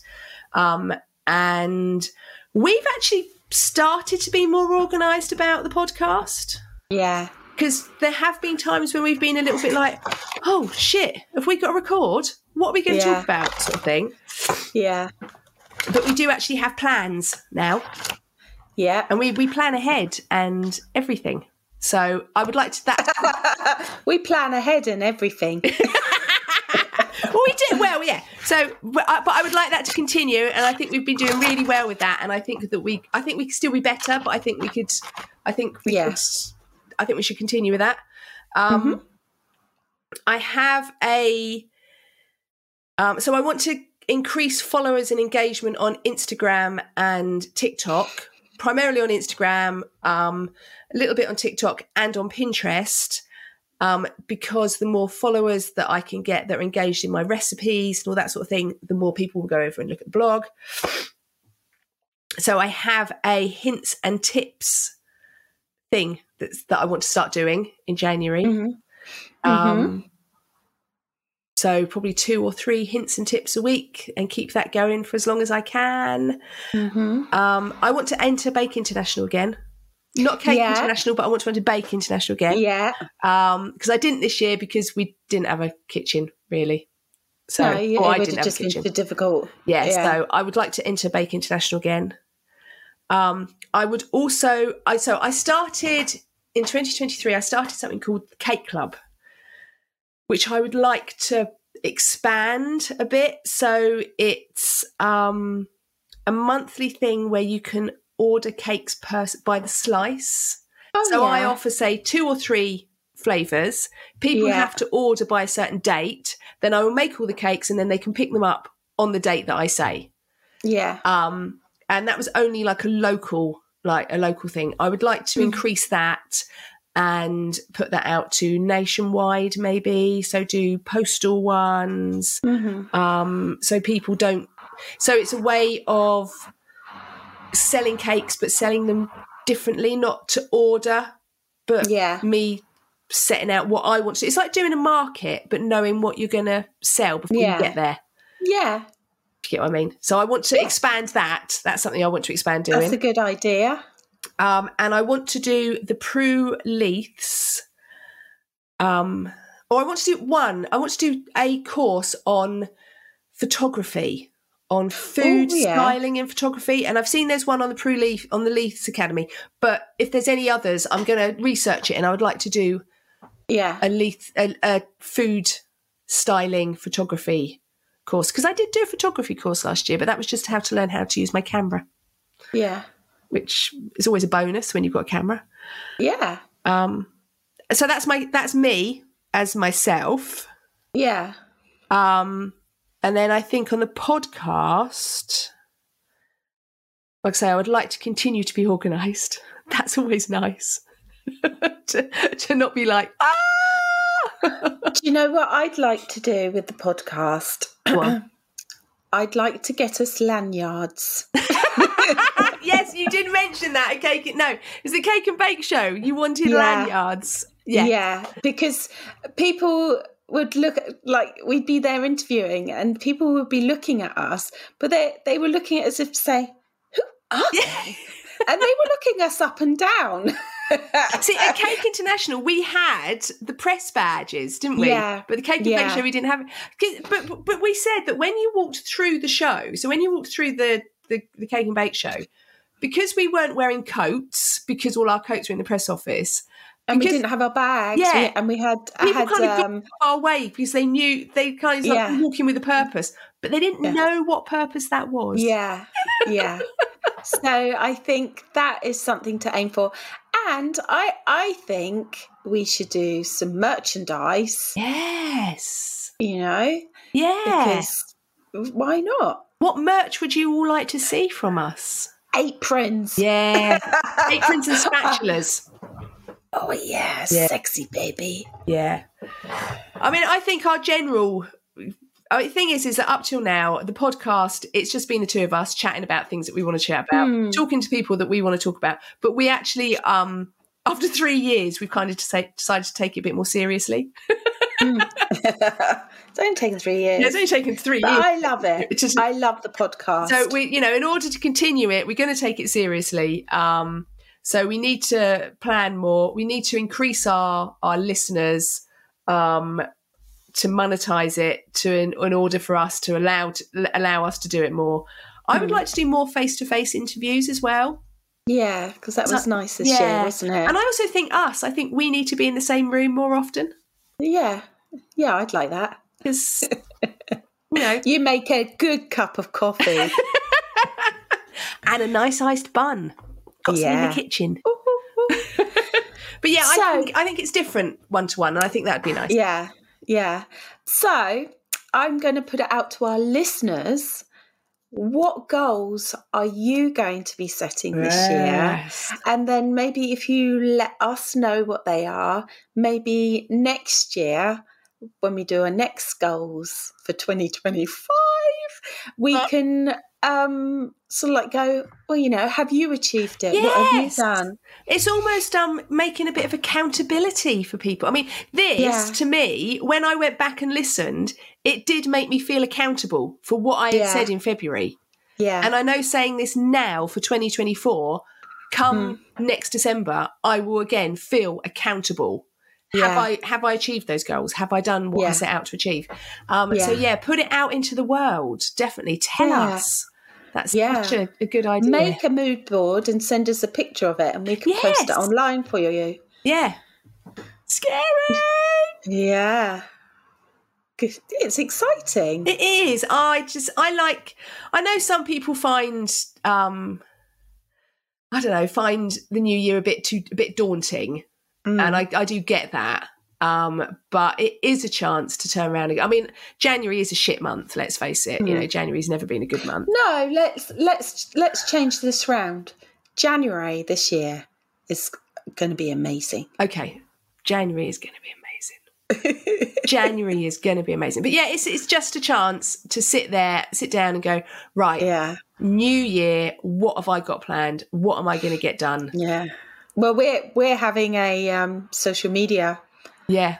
Um, and we've actually started to be more organized about the podcast Yeah. because there have been times when we've been a little bit like, oh shit, have we got to record? What are we going to Yeah. talk about? Sort of thing Yeah. but we do actually have plans now Yeah. and we, we plan ahead and everything so i would like to that Oh. We plan ahead and everything. well we did well yeah so but I, but I would like that to continue and i think we've been doing really well with that and i think that we i think we could still be better but i think we could i think we Yeah. could, i think we should continue with that um i have a um so i want to increase followers and engagement on instagram and tiktok primarily on instagram um a little bit on tiktok and on pinterest um, because the more followers that I can get that are engaged in my recipes and all that sort of thing, the more people will go over and look at the blog. So I have a hints and tips thing that's, that I want to start doing in January. Mhm. Um, so probably two or three hints and tips a week, and keep that going for as long as I can. hmm Um, I want to enter Bake International again. Not Cake Yeah. International, but I want to enter Bake International again Yeah. um because i didn't this year because we didn't have a kitchen really so no, you, it or Oh, i would have didn't have a just been kitchen too difficult. yeah, yeah. so i would like to enter bake international again um i would also i so i started in 2023 i started something called the cake club which i would like to expand a bit so it's um a monthly thing where you can order cakes per by the slice Oh, so I yeah. offer, say, two or three flavors. People Yeah. have to order by a certain date. Then I will make all the cakes and then they can pick them up on the date that I say. Yeah. Um, and that was only like a local, like a local thing. I would like to Mhm. increase that and put that out to nationwide, maybe. So do postal ones. Mhm. Um, so people don't. So it's a way of selling cakes, but selling them differently, not to order, but Yeah. me setting out what I want to. It's like doing a market, but knowing what you're going to sell before Yeah. you get there. Yeah. If you get what I mean? So I want to expand that. That's something I want to expand doing. That's a good idea. Um, and I want to do the Prue Leiths. Um, or I want to do one. I want to do a course on photography, on food Oh, yeah. styling and photography. And I've seen there's one on the Prue Leith on the Leiths Academy. But if there's any others, I'm going to research it, and I would like to do Yeah. a Leith a, a food styling photography course because I did do a photography course last year, but that was just how to learn how to use my camera, Yeah. which is always a bonus when you've got a camera. Yeah. Um, so that's my that's me as myself. Yeah. Um, and then I think on the podcast, like I say, I would like to continue to be organised. That's always nice to, to not be like ah. Do you know what I'd like to do with the podcast? What? I'd like to get us lanyards. yes, you did mention that. A cake, no, it's the cake and bake show. You wanted Yeah. lanyards. Yeah. Because people would look at, like we'd be there interviewing and people would be looking at us, but they, they were looking at us as if to say, Who are they? and they were looking us up and down. See, at Cake International, we had the press badges, didn't we? Yeah. But the Cake and Yeah. Bake Show, we didn't have. 'cause- But but- but we said that when you walked through the show, so when you walked through the the, the Cake and Bake Show, because we weren't wearing coats, because all our coats were in the press office, and we Because- didn't have our bags. Yeah. we- and we had I people had kind of um, got our way because they knew they kind of like Yeah. walking with a purpose, but they didn't Yeah. know what purpose that was. Yeah, yeah. so I think that is something to aim for, and I I think we should do some merchandise. Yes. You know, Yeah. because why not What merch would you all like to see from us? aprons? Yeah. Aprons and spatulas. Oh yeah, Yeah. sexy baby. Yeah. I mean, I think our general I mean, thing is, is that up till now, the podcast, it's just been the two of us chatting about things that we want to chat about, Hmm. talking to people that we want to talk about. But we actually, um, after three years, we've kind of deci- decided to take it a bit more seriously. Don't take three Yeah, years. it's only taken three but years. I love It's it. just- I love the podcast. So we, you know, in order to continue it, we're going to take it seriously. Um, so we need to plan more. We need to increase our our listeners um, to monetize it to in, in order for us to allow to, allow us to do it more. I would like to do more face to face interviews as well. yeah, because that So- was nice this yeah. year, wasn't it? And I also think us. I think we need to be in the same room more often yeah, yeah, I'd like that. because you know, You make a good cup of coffee. and a nice iced bun. Got some in Yeah. the kitchen. But yeah, I So- think I think it's different one to one, and I think that'd be nice. Yeah, yeah. So I'm going to put it out to our listeners. What goals are you going to be setting this year? And then maybe if you let us know what they are, maybe next year when we do our next goals for 2025, we Uh. can um sort of like go, well, you know, have you achieved it? What have you Yes. done? It's almost um making a bit of accountability for people. I mean, this Yeah. to me, when I went back and listened, it did make me feel accountable for what I had Yeah. said in February. Yeah. And I know saying this now for 2024, come next December, I will again feel accountable. Have Yeah. I have I achieved those goals? Have I done what I Yeah. set out to achieve? Um, So Yeah. yeah, put it out into the world. Definitely tell Yeah. us. That's Yeah. such a, a good idea. Make a mood board and send us a picture of it, and we can post Yes. it online for you. yeah, scary. Yeah. Good- It's exciting. It is. I just I like I know some people find um I don't know, find the new year a bit too a bit daunting. Mm. And I, I do get that. Um, but it is a chance to turn around. I mean, January is a shit month, let's face it. You Mm. know, January's never been a good month. no, let's let's let's change this round. January this year is going to be amazing. Okay, January is going to be amazing. January is going to be amazing. But yeah, it's it's just a chance to sit there, sit down, and go right. Yeah, New year, what have I got planned? What am I going to get done? yeah. Well, we're we're having a um, social media Yeah,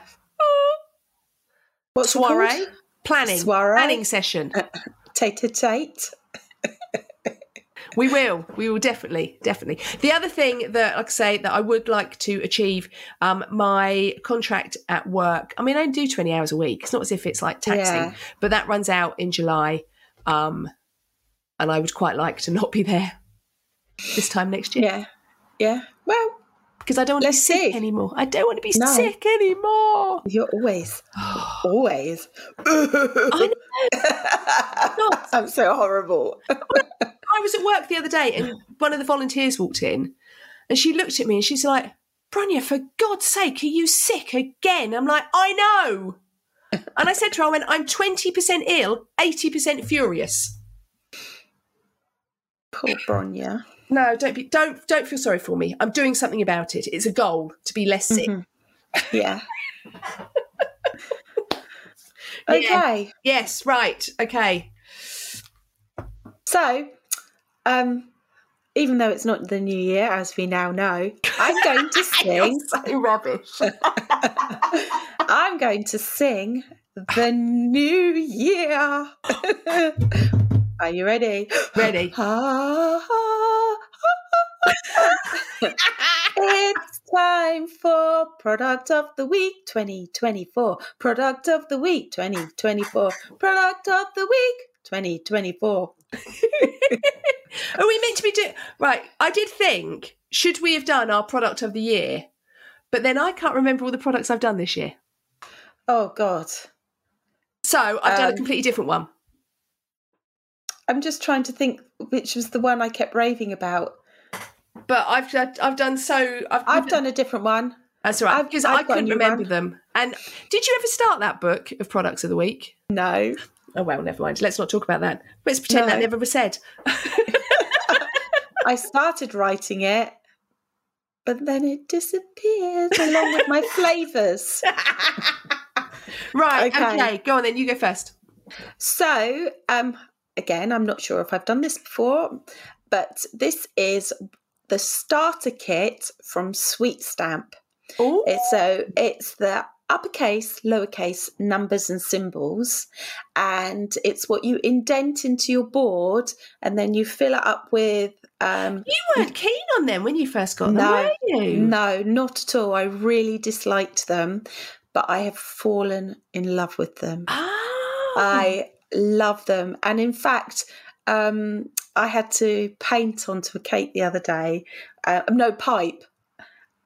what's it called? soiree, planning, Soiree. planning session. Tate to tate. We will. We will definitely, definitely. The other thing that, like I say, that I would like to achieve, um, my contract at work. I mean, I do twenty hours a week. It's not as if it's like taxing, Yeah. but that runs out in July, um, and I would quite like to not be there this time next year Yeah, yeah. Well, because I don't want to be Let's sick see. anymore. I don't want to be No. sick anymore. you're always, always. I'm so horrible. I was at work the other day and one of the volunteers walked in and she looked at me and she's like, Bronya, for God's sake, are you sick again? I'm like, I know. And I said to her, I went, I'm 20% ill, 80% furious. Poor Bronya. No, don't be, don't, don't feel sorry for me. I'm doing something about it. It's a goal to be less sick. Yeah. okay. Yes, right. Okay. So, um, even though it's not the new year, as we now know, I'm going to sing. So rubbish. I'm going to sing the new year. Are you ready? Ready. it's time for product of the week 2024. Product of the week 2024. Product of the week 2024. Are Oh, we meant to be doing right? I did think should we have done our product of the year, but then I can't remember all the products I've done this year. Oh God, So I've done a Um, completely different one. I'm just trying to think which was the one I kept raving about. But I've done- I've done so I've, I've done a different one. that's all right I've- because I've I got a couldn't new remember one. them. And did you ever start that book of products of the week? No, Oh well, never mind. Let's not talk about that. Let's pretend that No. never was said. I started writing it, but then it disappeared along with my flavors. Right. Okay. Okay. Go on then. You go first. So, um, again, I'm not sure if I've done this before, but this is the starter kit from Sweet Stamp. Oh. It's- So it's the uppercase, lowercase numbers and symbols, and it's what you indent into your board, and then you fill it up with. Um, You weren't keen on them when you first got them, No. were you? no, not at all. I really disliked them, but I have fallen in love with them. Ah. I love them. And in fact, um, I had to paint onto a cake the other day, uh, no pipe,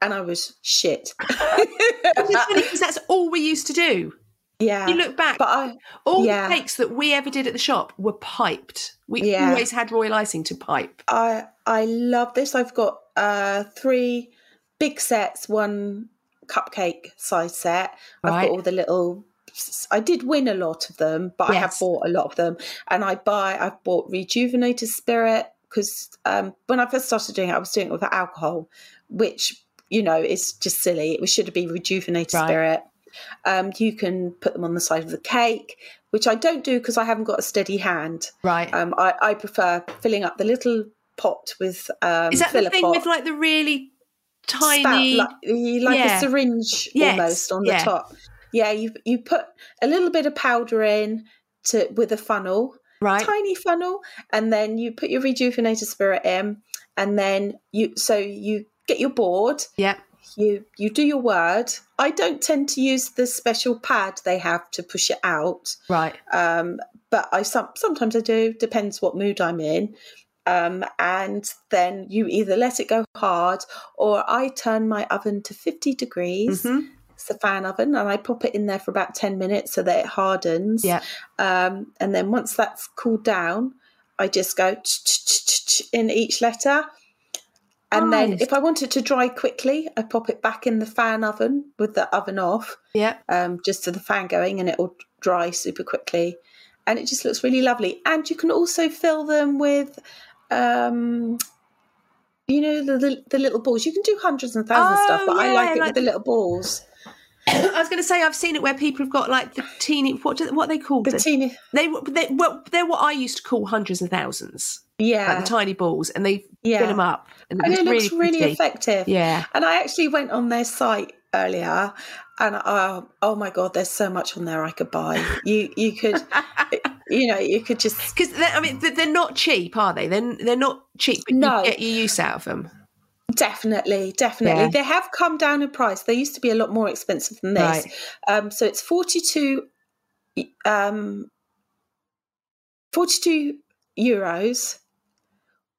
and I was shit. Which is funny because that's all we used to do. uh, yeah. You look back, but I, all yeah. the cakes that we ever did at the shop were piped. We Yeah. always had royal icing to pipe. I, I love this. I've got uh, three big sets, one cupcake size set. I've Right. got all the little. I did win a lot of them, but I have Yes. bought a lot of them, and I buy. I've bought Rejuvenator Spirit because um, when I first started doing it, I was doing it without alcohol, which you know is just silly. It should be Rejuvenator Right. Spirit. Um, you can put them on the side of the cake, which I don't do because I haven't got a steady hand. Right. Um, I, I prefer filling up the little pot with um, Is that the filler thing pot. with like the really Spout, tiny? like, like yeah. a syringe Yes, almost on the yeah. top. Yeah, you you put a little bit of powder in to with a funnel, right. tiny funnel, and then you put your rejuvenator spirit in, and then you so you get your board, Yep. you you do your word. I don't tend to use the special pad they have to push it out Right. um, but I some, sometimes I do. Depends what mood I'm in. Um, and then you either let it go hard, or I turn my oven to 50 degrees. Mhm. It's a fan oven, and I pop it in there for about 10 minutes so that it hardens. Yeah. Um, and then once that's cooled down, I just go ch- ch- ch- ch- ch in each letter. And then Nice. if I want it to dry quickly, I pop it back in the fan oven with the oven off Yep. um, just to the fan going and it'll dry super quickly. And it just looks really lovely. And you can also fill them with, um, you know the, the the little balls. You can do hundreds and thousands of stuff, Oh, but I yeah, like it like- with the little balls. I was going to say I've seen it where people have got like the teeny what do, what are they called The teeny, they they well they're what I used to call hundreds and thousands yeah, like the tiny balls and they yeah, fill them up and, and it's it looks really, pretty. effective. yeah And I actually went on their site earlier, and uh, oh my god, there's so much on there I could buy. You you could, you know, you could just because I mean they're they're not cheap are they they're, they're not cheap but No. you get your use out of them definitely, definitely. Yeah. They have come down in price. They used to be a lot more expensive than this. Right. Um, so it's forty two, um, forty two euros.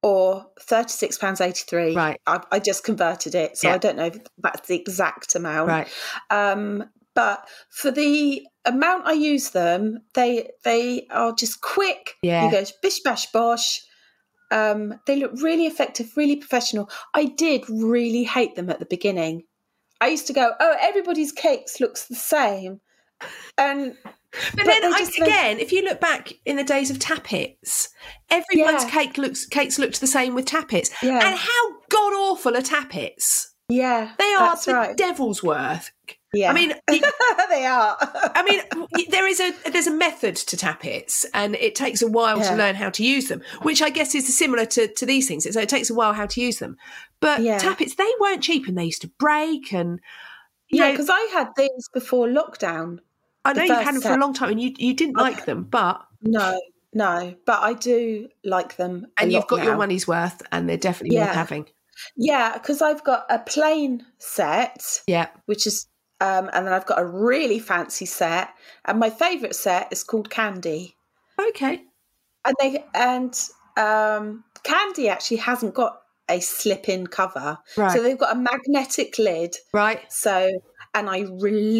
Or thirty-six pounds eighty-three. Right. I, I just converted it, so Yeah. I don't know if that's the exact amount. right Um, but for the amount I use them, they they are just quick. Yeah. You go bish bash bosh. Um, they look really effective, really professional. I did really hate them at the beginning. I used to go, oh, everybody's cakes looks the same, and But But, then they I, just- again, if you look back in the days of tappets, everyone's Yeah. cake looks cakes looked the same with tappets. Yeah. And how god awful are tappets? yeah, They are that's the right. devil's work. Yeah, I mean, y- they are. I mean, there is a there's a method to tappets, and it takes a while Yeah. to learn how to use them, which I guess is similar to, to these things. So it takes a while how to use them. But Yeah. tappets, they weren't cheap, and they used to break. And you yeah, know, because I had these before lockdown. I the know you first had them for a set- Oh, long time, and you you didn't like them, but No, no, but I do like them. a and you've lot got your now. money's worth, and they're definitely worth Yeah. having. Yeah, because I've got a plain set, Yeah. which is, um, and then I've got a really fancy set, and my favourite set is called Candy, Okay. and they and um, Candy actually hasn't got a slip-in cover, Right. so they've got a magnetic lid. right. So, and I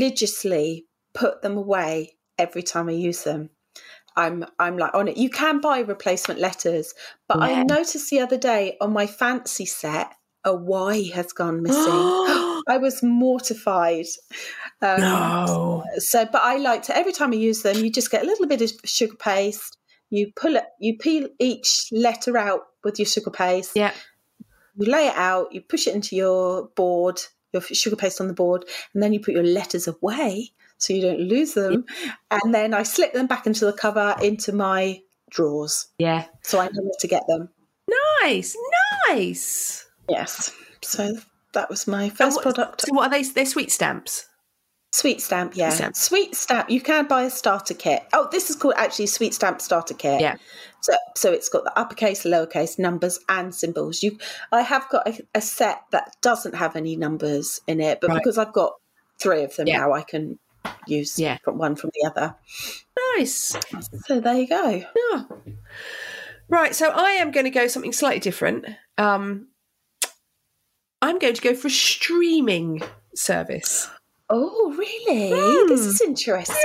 religiously put them away every time I use them. I'm I'm like on it. You can buy replacement letters, but I Yeah. noticed the other day on my fancy set a Y has gone missing. I was mortified. Um, no. So, but I like to every time I use them, you just get a little bit of sugar paste. You pull it. You peel each letter out with your sugar paste Yeah. you lay it out, you push it into your board, your sugar paste on the board, and then you put your letters away so you don't lose them. And then I slip them back into the cover into my drawers Yeah. so I know where to get them. Nice. Nice. Yes. So that was my And first what- product. So what are they? They're sweet stamps. Sweet stamp, yeah. Sweet stamp. Sweet stamp. You can buy a starter kit. Oh, this is called actually sweet stamp starter kit. Yeah. So, so it's got the uppercase, lowercase numbers and symbols. You, I have got a, a set that doesn't have any numbers in it, but Right. because I've got three of them Yeah. now, I can use Yeah. from one from the other. Nice. So there you go. Yeah. Right. So I am going to go something slightly different. Um, I'm going to go for a streaming service. Oh, really? Hmm. This is interesting.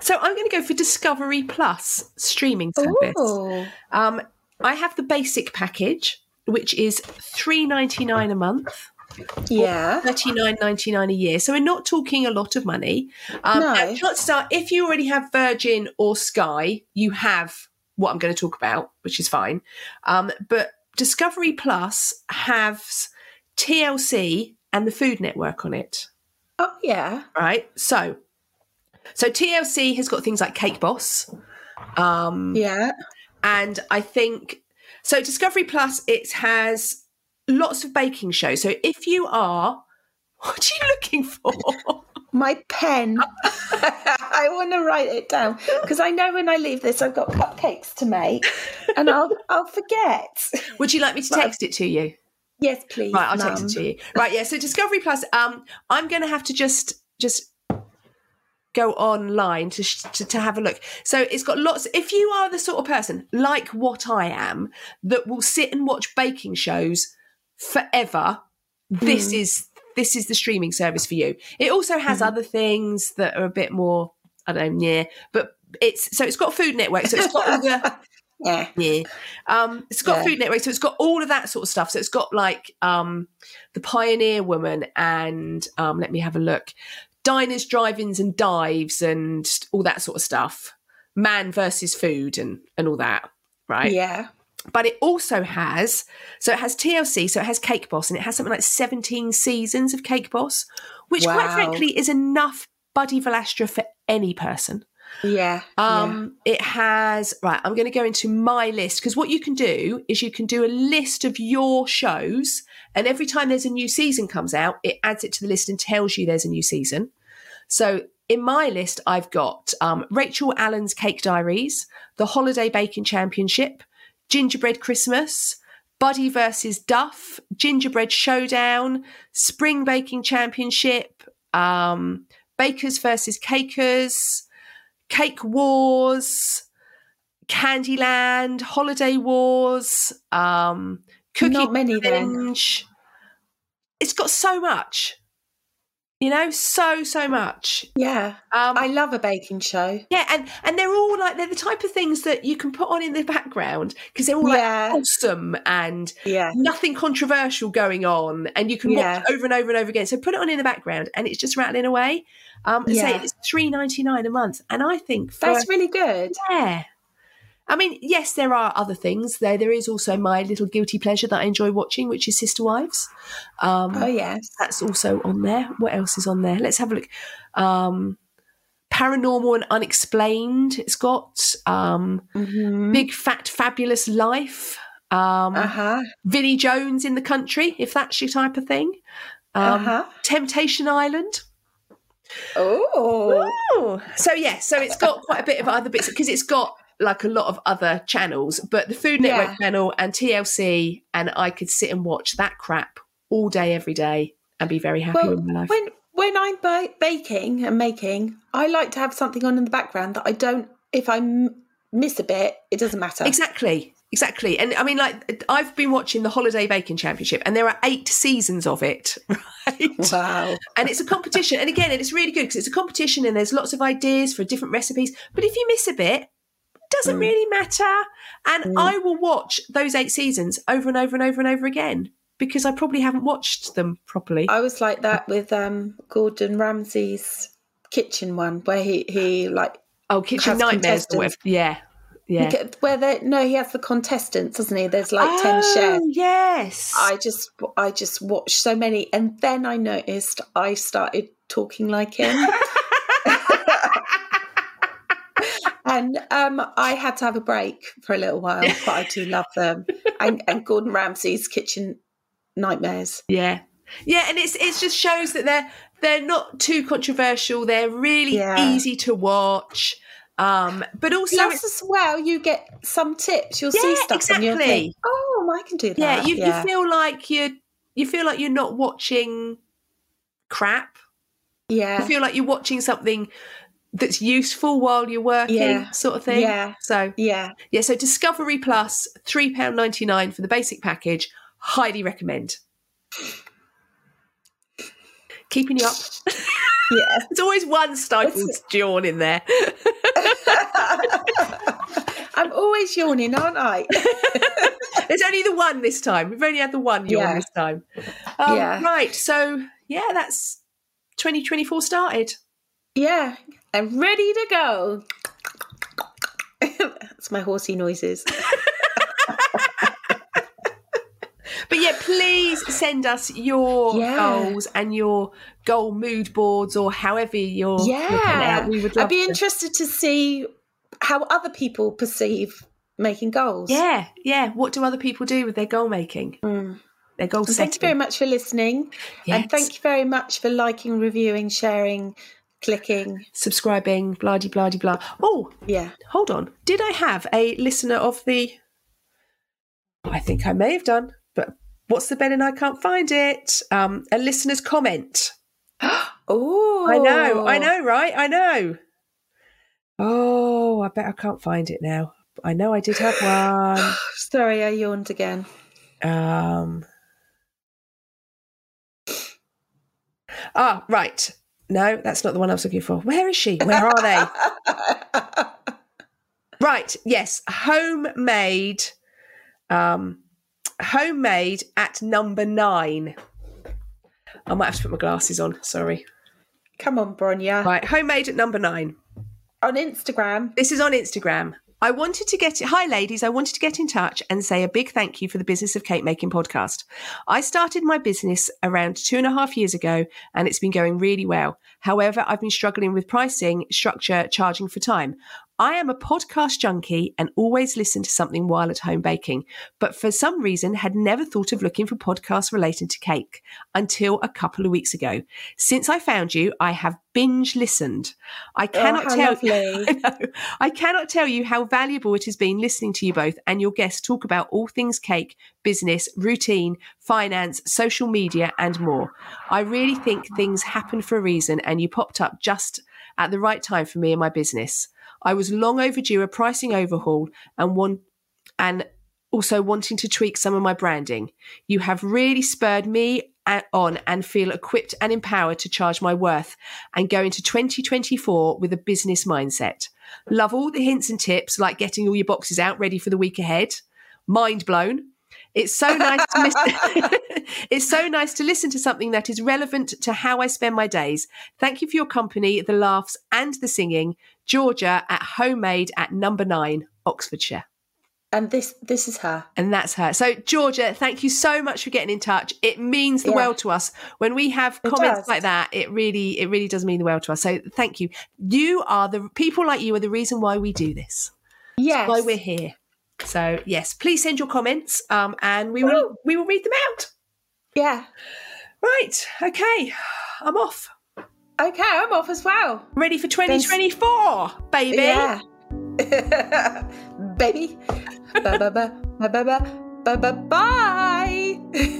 So I'm going to go for Discovery Plus streaming service. Oh, Um, I have the basic package, which is three ninety nine a month. yeah. thirty nine ninety nine a year. So we're not talking a lot of money. Um, No. and chances are, if you already have Virgin or Sky, you have what I'm going to talk about, which is fine. Um, but Discovery Plus has TLC and the Food Network on it, Oh, yeah. right? So, so TLC has got things like Cake Boss. Um, Yeah. and I think so. Discovery Plus it has lots of baking shows. So if you are, what are you looking for? My pen. I want to write it down because I know when I leave this, I've got cupcakes to make, and I'll I'll forget. Would you like me to text it to you? Yes, please. Right, I'll Mum. text it to you. Right, yeah. So Discovery Plus, um, I'm going to have to just just go online to, sh- to to have a look. So it's got lots. If you are the sort of person like what I am that will sit and watch baking shows forever, Hmm. this is this is the streaming service for you. It also has other things that are a bit more I don't know, yeah, but it's so it's got Food Network, so it's got all the Yeah. yeah. Um, it's got Yeah. Food Network, so it's got all of that sort of stuff. So it's got like um, the Pioneer Woman and um, let me have a look, diners, drive-ins, and dives, and all that sort of stuff. Man versus food, and and all that, right? Yeah. but it also has so it has TLC, so it has Cake Boss, and it has something like 17 seasons of Cake Boss, which quite Wow. frankly is enough Buddy Valastra for any person. Yeah. Um, It has, right, I'm going to go into my list because what you can do is you can do a list of your shows, and every time there's a new season comes out, it adds it to the list and tells you there's a new season. So in my list, I've got um, Rachel Allen's Cake Diaries, The Holiday Baking Championship, Gingerbread Christmas, Buddy versus Duff, Gingerbread Showdown, Spring Baking Championship, um, Bakers versus Cakers, Cake Wars, Candyland, Holiday Wars, um, Cookie Not many then. Challenge. It's got so much, you know, so so much. Yeah. Um, I love a baking show. yeah, and and they're all like they're the type of things that you can put on in the background because they're all like Yeah. wholesome and Yeah. nothing controversial going on, and you can Yeah. watch over and over and over again. So put it on in the background, and it's just rattling away. Um, and say Yeah. it's three ninety nine a month, and I think for That's really good. yeah. I mean, yes, there are other things. There, there is also my little guilty pleasure that I enjoy watching, which is Sister Wives. Um, Oh, yes. that's also on there. What else is on there? Let's have a look. Um, Paranormal and Unexplained. It's got um, Mhm. Big Fat Fabulous Life. Um, Uh huh. Vinnie Jones in the Country, if that's your type of thing. Um, Uh-huh. Temptation Island. Oh. Oh, so yeah, so it's got quite a bit of other bits because it's got like a lot of other channels, but the Food Network Yeah. channel and TLC, and I could sit and watch that crap all day, every day, and be very happy Well, with my life. When when I'm ba- baking and making, I like to have something on in the background that I don't. If I m- miss a bit, it doesn't matter. Exactly, exactly. And I mean, like, I've been watching the Holiday Baking Championship, and there are eight seasons of it, right? Wow. and it's a competition. And again, it's really good because it's a competition, and there's lots of ideas for different recipes. But if you miss a bit, it doesn't really matter. And I will watch those eight seasons over and over and over and over again because I probably haven't watched them properly. I was like that with um Gordon Ramsay's kitchen one where he he like oh, Kitchen Has Nightmares or whatever. Yeah, yeah. where they no he has the contestants doesn't he there's like oh, 10 chefs Yes. I just I just watched so many, and then I noticed I started talking like him. And um, I had to have a break for a little while, but I do love them. And, and Gordon Ramsay's kitchen nightmares. Yeah. Yeah, and it's it's just shows that they're they're not too controversial. They're really Yeah. easy to watch. Um, but also Plus, it's- as well, you get some tips. You'll see Yeah, stuff, and you'll exactly. think, "Oh, I can do that." yeah, you, you feel like you you feel like you're not watching crap. yeah, You feel like you're watching something that's useful while you're working, Yeah. sort of thing. Yeah. So yeah. yeah, so Discovery Plus, three pound ninety nine for the basic package. Highly recommend. Keeping you up. yeah. There's always one stifled yawn in there. I'm always yawning, aren't I? There's only the one this time. We've only had the one yawn Yeah. this time. Um, Yeah. Right. So yeah, that's 2024 started. Yeah, I'm ready to go. That's my horsey noises. But yeah, please send us your Yeah. goals and your goal mood boards or however you're. you're coming Yeah, out. we would love I'd be to- interested to see how other people perceive making goals. Yeah, yeah. What do other people do with their goal making? Mm. Their goal And thank you setting. very much for listening, Yes. and thank you very much for liking, reviewing, sharing, clicking. Subscribing, blah de blah de blah. Oh, Yeah, hold on. Did I have a listener of the? I think I may have done, but what's the bell and I can't find it? Um, a listener's comment. oh, I know, I know, right? I know. Oh, I bet I can't find it now. I know I did have one. Sorry, I yawned again. Um. Ah, right. No, that's not the one I was looking for. Where is she? Where are they? Right. Yes. Homemade. Um, homemade at number nine. I might have to put my glasses on. Sorry. Come on, Bronya. Right. Homemade at number nine. On Instagram, This is on Instagram. I wanted to get hi ladies, I wanted to get in touch and say a big thank you for the Business of Cake Making podcast. I started my business around two and a half years ago and it's been going really well. However, I've been struggling with pricing, structure, charging for time. I am a podcast junkie and always listen to something while at home baking, but for some reason had never thought of looking for podcasts relating to cake until a couple of weeks ago. Since I found you, I have binge listened. I Oh, cannot how tell lovely. I know. I cannot tell you how valuable it has been listening to you both and your guests talk about all things cake, business, routine, finance, social media and more. I really think things happen for a reason and you popped up just at the right time for me and my business. I was long overdue a pricing overhaul and one and also wanting to tweak some of my branding. You have really spurred me a- on and feel equipped and empowered to charge my worth and go into 2024 with a business mindset. Love all the hints and tips like getting all your boxes out ready for the week ahead. Mind blown. It's so nice to mis- It's so nice to listen to something that is relevant to how I spend my days. Thank you for your company, the laughs and the singing. Georgia at Homemade at number 9, Oxfordshire. And this this is her. And that's her. So, Georgia, thank you so much for getting in touch. It means the Yeah. world to us. When we have It comments does. like that, it really, it really does mean the world to us. So, thank you. You are the people like you are the reason why we do this, Yes. why we're here. So, yes, please send your comments, um, and we will we will read them out. yeah. Right. Okay. I'm off. Okay, I'm off as well. Ready for 2024, baby. Yeah. Baby. Ba ba ba ba ba ba ba ba bye.